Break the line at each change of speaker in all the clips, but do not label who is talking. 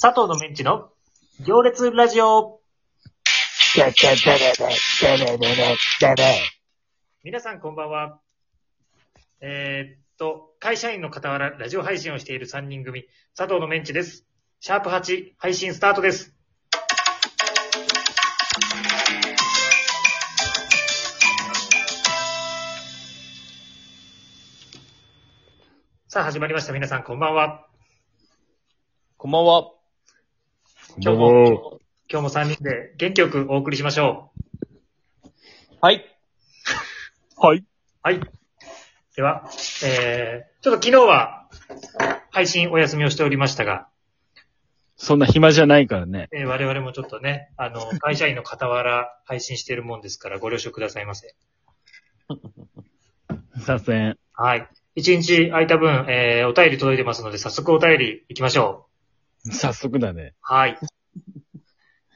佐藤のメンチの行列ラジオ
ダダダダダダダダダダダ
皆さんこんばんは。えーっと、会社員の傍らラジオ配信をしている3人組、佐藤のメンチです。シャープ8、配信スタートです。さあ始まりました。皆さんこんばんは。
こんばんは。
今日も、今日も3人で元気よくお送りしましょう。
はい。
はい。
はい。では、えー、ちょっと昨日は配信お休みをしておりましたが、
そんな暇じゃないからね。
えー我々もちょっとね、あ の、会社員の傍ら配信しているもんですからご了承くださいませ。
左遷。
はい。一日空いた分、えー、お便り届いてますので、早速お便り行きましょ
早速だね
う。。はい。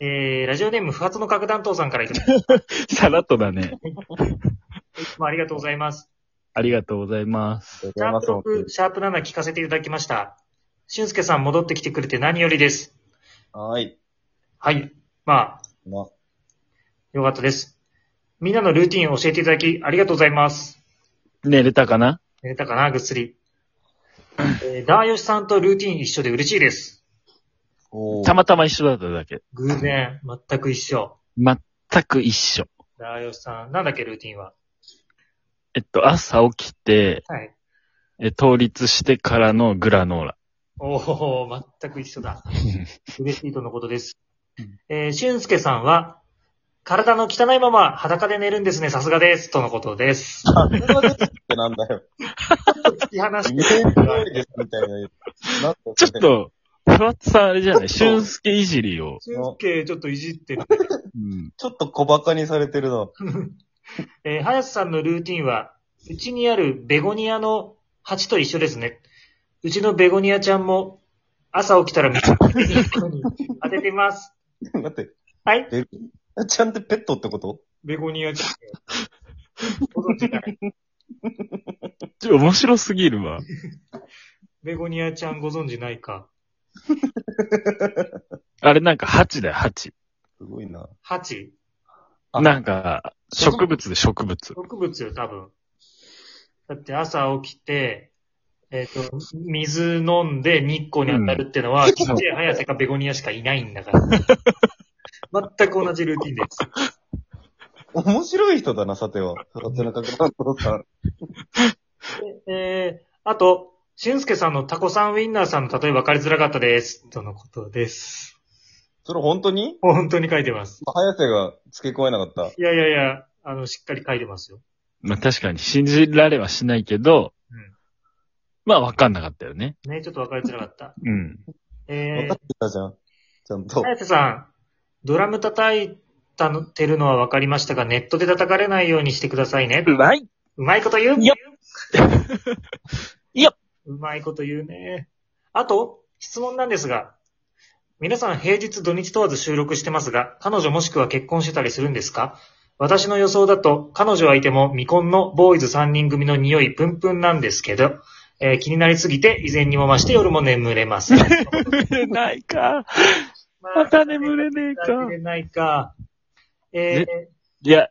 えー、ラジオネーム不発の核弾頭さんからいただきま
さらっとだね。
す。いつもありがとうございます。
ありがとうございます。
シ
シャープ6、シャープ7聞かせていただきました。俊介さん戻ってきてくれて何よりです。
はい。
はい。まあ、
ま、
よかったです。みんなのルーティンを教えていただき、ありがとうございます。
寝れたかな
寝れたかな、ぐっすり。えー、ダーヨシさんとルーティン一緒で嬉しいです。
お
たまたま一緒だっただけ。
偶然、全く一緒。
全く一緒。
ダーヨシさん、なんだっけ、ルーティンは。
えっと、朝起きて、
はい。
え、倒立してからのグラノーラ。
おお全く一緒だ。嬉しいとのことです。えー、俊介さんは、体の汚いまま裸で寝るんですね、さすがです。とのことです。
あれはですってなんだよ。
突き放して
無線プロイですみたいな。なんだそれ
ちょっ。と、ふわっとさんあれじゃない俊介いじりを。
俊介ちょっといじってる。
うん。
ちょっと小馬鹿にされてるな。
えー、林さんのルーティンは、うちにあるベゴニアの鉢と一緒ですね。うちのベゴニアちゃんも、朝起きたら水に当ててます。
待って、
はい。
ちゃんってペットってこと
ベゴニアちゃん。ご存知ない。
ちょ、面白すぎるわ。
ベゴニアちゃんご存知ないか。
あれなんか鉢だよ、鉢。
すごいな。
鉢
あ
なんか、植物で植物。
植物よ、多分。だって朝起きて、えっ、と、水飲んで日光に当たるってのは、ちっちゃい早瀬かベゴニアしかいないんだから。全く同じルーティンです。
面白い人だな、さては。育ての角番頭さん。
えー、あと、俊介さんのタコさんウィンナーさんの例え分かりづらかったです。とのことです。
それ本当に
本当に書いてます。
早瀬が付け加えなかった。
いやいやいや、あの、しっかり書いてますよ。
まあ確かに信じられはしないけど、
うん
まあわかんなかったよね。
ね、ちょっと分かりづらか った。
うん。
え
分か
ー
って、たじゃん。ちゃんと。
早瀬さん、ドラム叩いたのてるのは分かりましたが、ネットで叩かれないようにしてくださいね。
まいう
まいこと言う
いやいや
うまいこと言うね。あと、質問なんですが、皆さん平日土日問わず収録してますが、彼女もしくは結婚してたりするんですか私の予想だと、彼女はいても未婚のボーイズ3人組の匂いプンプンなんですけど、えー気になりすぎて以前にも増して夜も眠れます。
眠れないか。
ま
また眠れねえか。
眠れないか。えー
いや、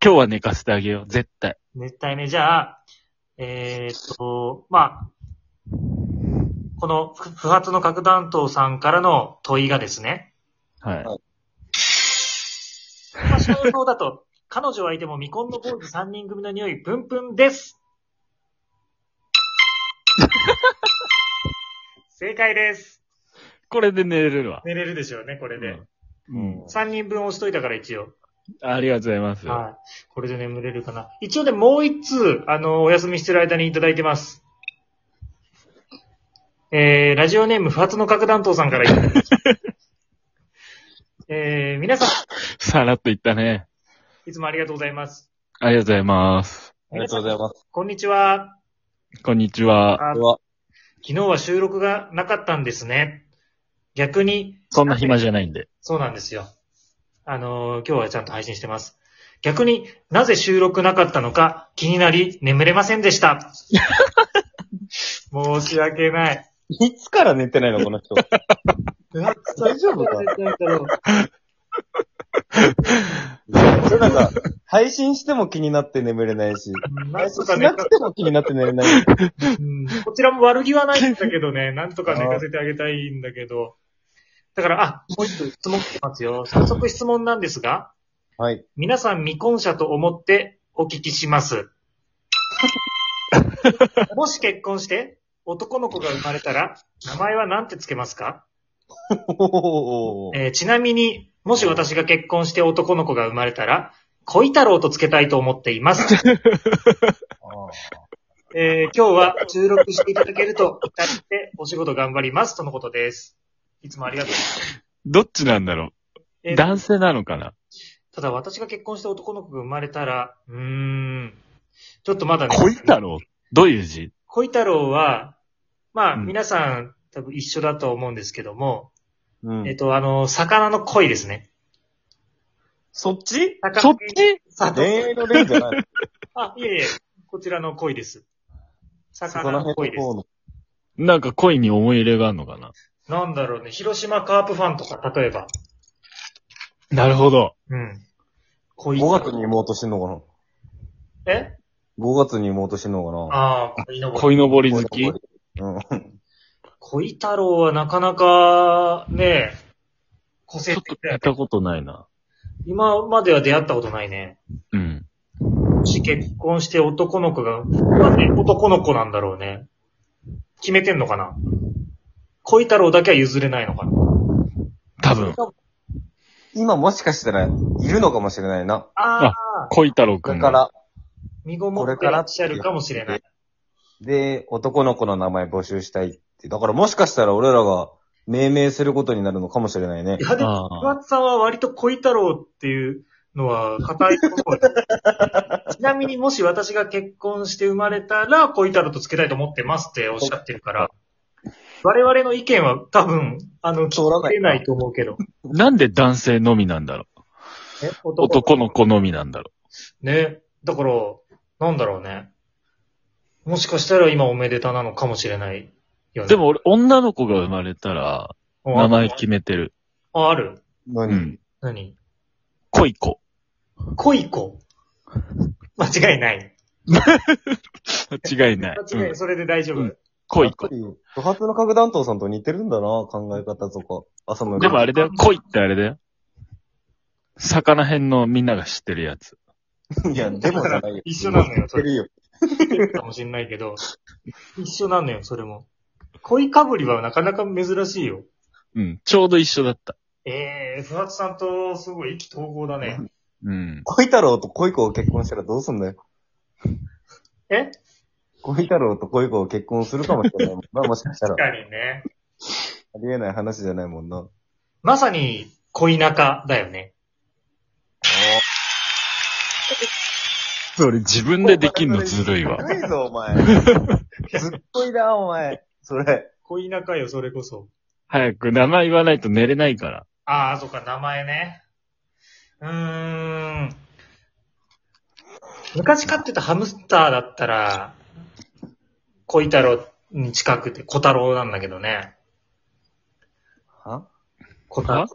今日は寝かせてあげよう。絶対。
絶対ね、じゃあ、えーっと、まあ、このふ不発の核弾頭さんからの問いがですね、
はい。
私の予想だと、 彼女はいても未婚の坊主3人組の匂い、プンプンです。正解です。
これで寝れるわ。
寝れるでしょうね、これで。
うん。
3人分押しといたから一応。
ありがとうございます。
はい。これで眠れるかな。一応でもう一通、あの、お休みしてる間にいただいてます。えー、ラジオネーム不発の核弾頭さんからいただきま したえー、皆さ
さらっと言ったね。
ん、いつもありがとうございます。
ありがとうございます。
ありがとうございます。
こんにちは。
こんにちは。
あ
では、
昨日は収録がなかったんですね。逆に、
そんな暇じゃないんで。
そうなんですよ。あのー今日はちゃんと配信してます。逆になぜ収録なかったのか気になり眠れませんでした。申し訳ない。
いつから寝てないの、この人。大丈夫 かそれなんか、配信しても気になって眠れないし、
な
配
んと
信
か
し
ね
な、くても気になって寝れない。
うんこちらも悪気はないんだけどね、なんとか寝かせてあげたいんだけど。だから、あ、もう一つ質問来てますよ。早速質問なんですが、
はい。
皆さん未婚者と思ってお聞きし ます。もし結婚して男の子が生まれたら、名前は何てつけますか、
おー
えーちなみに、もし私が結婚して男の子が生まれたら、恋太郎とつけたいと思っています。 えー今日は収録していただけると至ってお仕事頑張りますとのことです。いつもありがとう。
どっちなんだろ
え
う。
ー
男性なのかな
ただ私が結婚して男の子が生まれたら、うーん、ちょっとまだね、
恋太郎どういう字
恋太郎は、まあ
うん
皆さん多分一緒だと思うんですけども、
うん
えっと、あの、魚の恋ですね。
そっち
魚
そっち
さと
恋愛の恋じ ゃない。
あ、いえいえ、こちらの恋です。
そ
魚
の
の恋
辺
で
の方の。
なんか恋に思い入れがあるのかな
す。なんだろうね、広島カープファンとか、例えば。
なるほど。
うん。恋
5
太郎
月に産もうとしてんのかな
え
?5 月に産もうとしてんのかな
ああ、恋のぼり
恋のぼり好き
うん。
恋太郎はなかなか、ね、個
ち
性
ょっと
的だ
聞
よ
いたことないな。
今までは出会ったことないね。
うん。
もし結婚して男の子が、なんで男の子なんだろうね。決めてんのかな恋太郎だけは譲れないのかな
多分、
今もしかしたら、いるのかもしれないな。
ああ、
恋太郎く
だ
ん
か
が。
ら、
身ごもってらっしゃるかもしれない。
で、男の子の名前募集したいって。だからもしかしたら俺らが命名することになるのかもしれないね
い。や、でも、
あー
桑田さんは割と恋太郎っていうのは固いと思う。ちなみにもし私が結婚して生まれたら恋太郎とつけたいと思ってますっておっしゃってるから、我々の意見は多分、あの、
通ら
聞
ない
けないと思うけど。
なんで男性のみなんだろう
え男
男の子のみなんだろ
ね。だから、なんだろうね。もしかしたら今おめでたなのかもしれないよね。
う。でも俺、女の子が生まれたら、
うん、
名前決めてる。
あ、ある
う
何、
ん。
何
恋子。
恋子。 間違いない。
間違いない。
間違いな
う
い。
ん
それで大丈夫。
うん恋
やっ
子
ぱ。り、不発の核弾頭さんと似てるんだな、考え方とか。朝の
でもあれだよ、恋ってあれだよ。魚編のみんなが知ってるやつ。
いや、でもじゃないよ。
一緒なのよ
似てるよ。
かもしれないけ ど、一緒なのよ、それも。恋かぶりはなかなか珍しいよ。
うん。ちょうど一緒だった。
ええー、不発さんとすごい意気投合だね。
うん。
恋太郎と恋子を結婚したらどうすんだよ。
え
恋太郎と恋子を結婚するかもしれないもん な、もしかしたら。
確かにね。
ありえない話じゃないもんな。
まさに恋仲だよね。
それ自分でできんのずるいわ。
ずるいぞ、お前。ずっこいだ、お前。それ。
恋仲よ、それこそ。
早く名前言わないと寝れないから。
ああ、そっか、名前ね。うーん。昔飼ってたハムスターだったら、恋太郎に近くて、小太郎なんだけどね。
は
小太郎
は。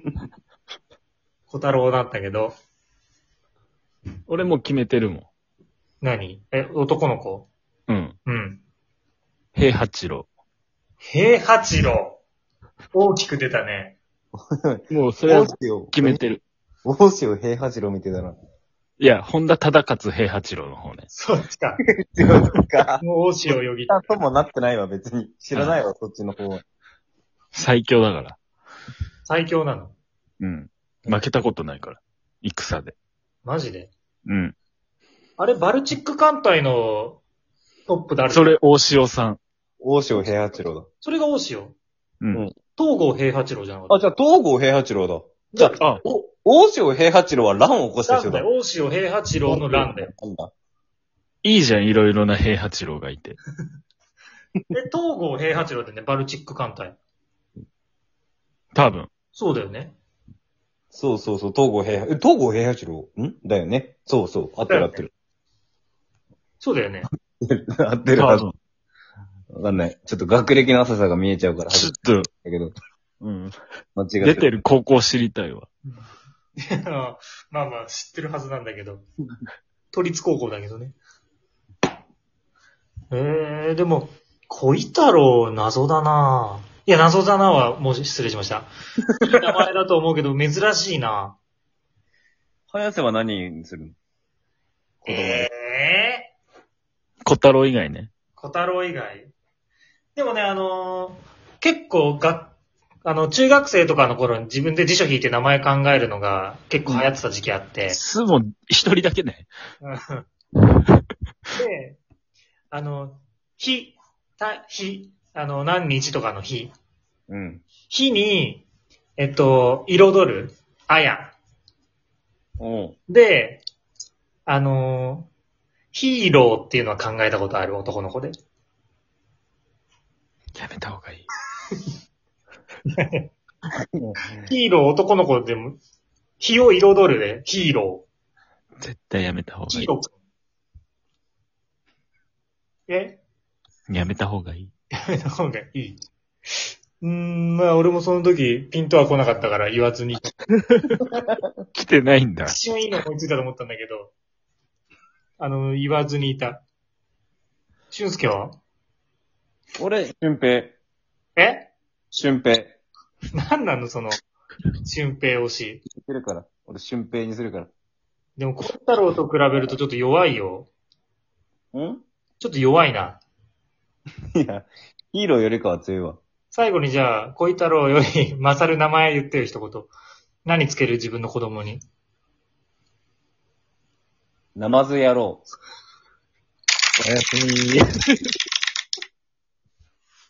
小太郎なんだけど、
俺もう決めてるも
何え、男の子
ん。うん。
うん。
平八郎。
平八郎。大きく出たね。
もうそれ
大
は
潮。
決めてる。
大潮平八郎見てたな。
いや、本田忠勝平八郎の方ね。
そっちか。
違うか。
もう大潮よぎった。
あともなってないわ、別に。知らないわ、そっちの方は。
最強だから。
最強なの。
うん。負けたことないから。戦で。
マジで。
うん。
あれ、バルチック艦隊のトップ誰
それ、大塩さん。
大潮平八郎だ。
それが大潮。
うん。
うん
東郷平八郎じゃなかった。
あ、じゃあ、東郷平八郎だ。じゃあ、
あ、
お、大潮平八郎は乱を起こした
乱
人
だ
だ
よ。。大潮平八郎の乱だよ。。
なんだ。
いいじゃん、いろいろな平八郎がいて。
で、東郷平八郎ってね、バルチック艦隊。
多分。
そうだよね。
そうそうそう、東郷平八、え東郷平八郎んだよね。そうそう、合ってる合ってる。
そうだよね。
合ってる
多
合って
分。
る。わかんない。ちょっと学歴の浅さが見えちゃうから
ち
恥
ょっ
ずか
と、
しいんだけど、
うん。
間違え
出てる高校知りたいわ。
まあまあ、知ってるはずなんだけど。都立高校だけどね。えー、でも、恋太郎、謎だなぁいや、謎だなぁは、もう失礼しました。 いい名前だと思うけど、珍しいな
早瀬は何にするの子
ぁ
供に
えー、
小太郎以外ね。
小太郎以外。でもね、あのー結構が、あの、中学生とかの頃に自分で辞書引いて名前考えるのが結構流行ってた時期あって。
すも一人だけね。
で、あの、日、た、日、あの、何日とかの日。
うん。
日に、えっと、彩る、あや。
おう
で、あのーヒーローっていうのは考えたことある男の子で。
やめた方がいい。
ヒーロー男の子でも、日を彩るで、ヒーロー。
絶対やめた方がい
ヒ
い
ー。ロー君。え
やめた方がいい。
なんかいい。うーん、まあ俺もその時ピントは来なかったから言わずに。
来てないんだ
一。瞬いいの思いついたと思ったんだけど、あの、言わずにいた。俊介は
俺、俊平。
え
俊平。
なんなのその、俊平推し。
するから。俺、俊平にするか
でも、小太郎と比べるとちょっと弱いよ。
ら。ん
ちょっと弱いな。
いや、ヒーローよりかは強いわ。
最後にじゃあ、小太郎より勝る名前言ってよ一言。何つける自分の子供に。
ナマズ野郎。
おやすみ。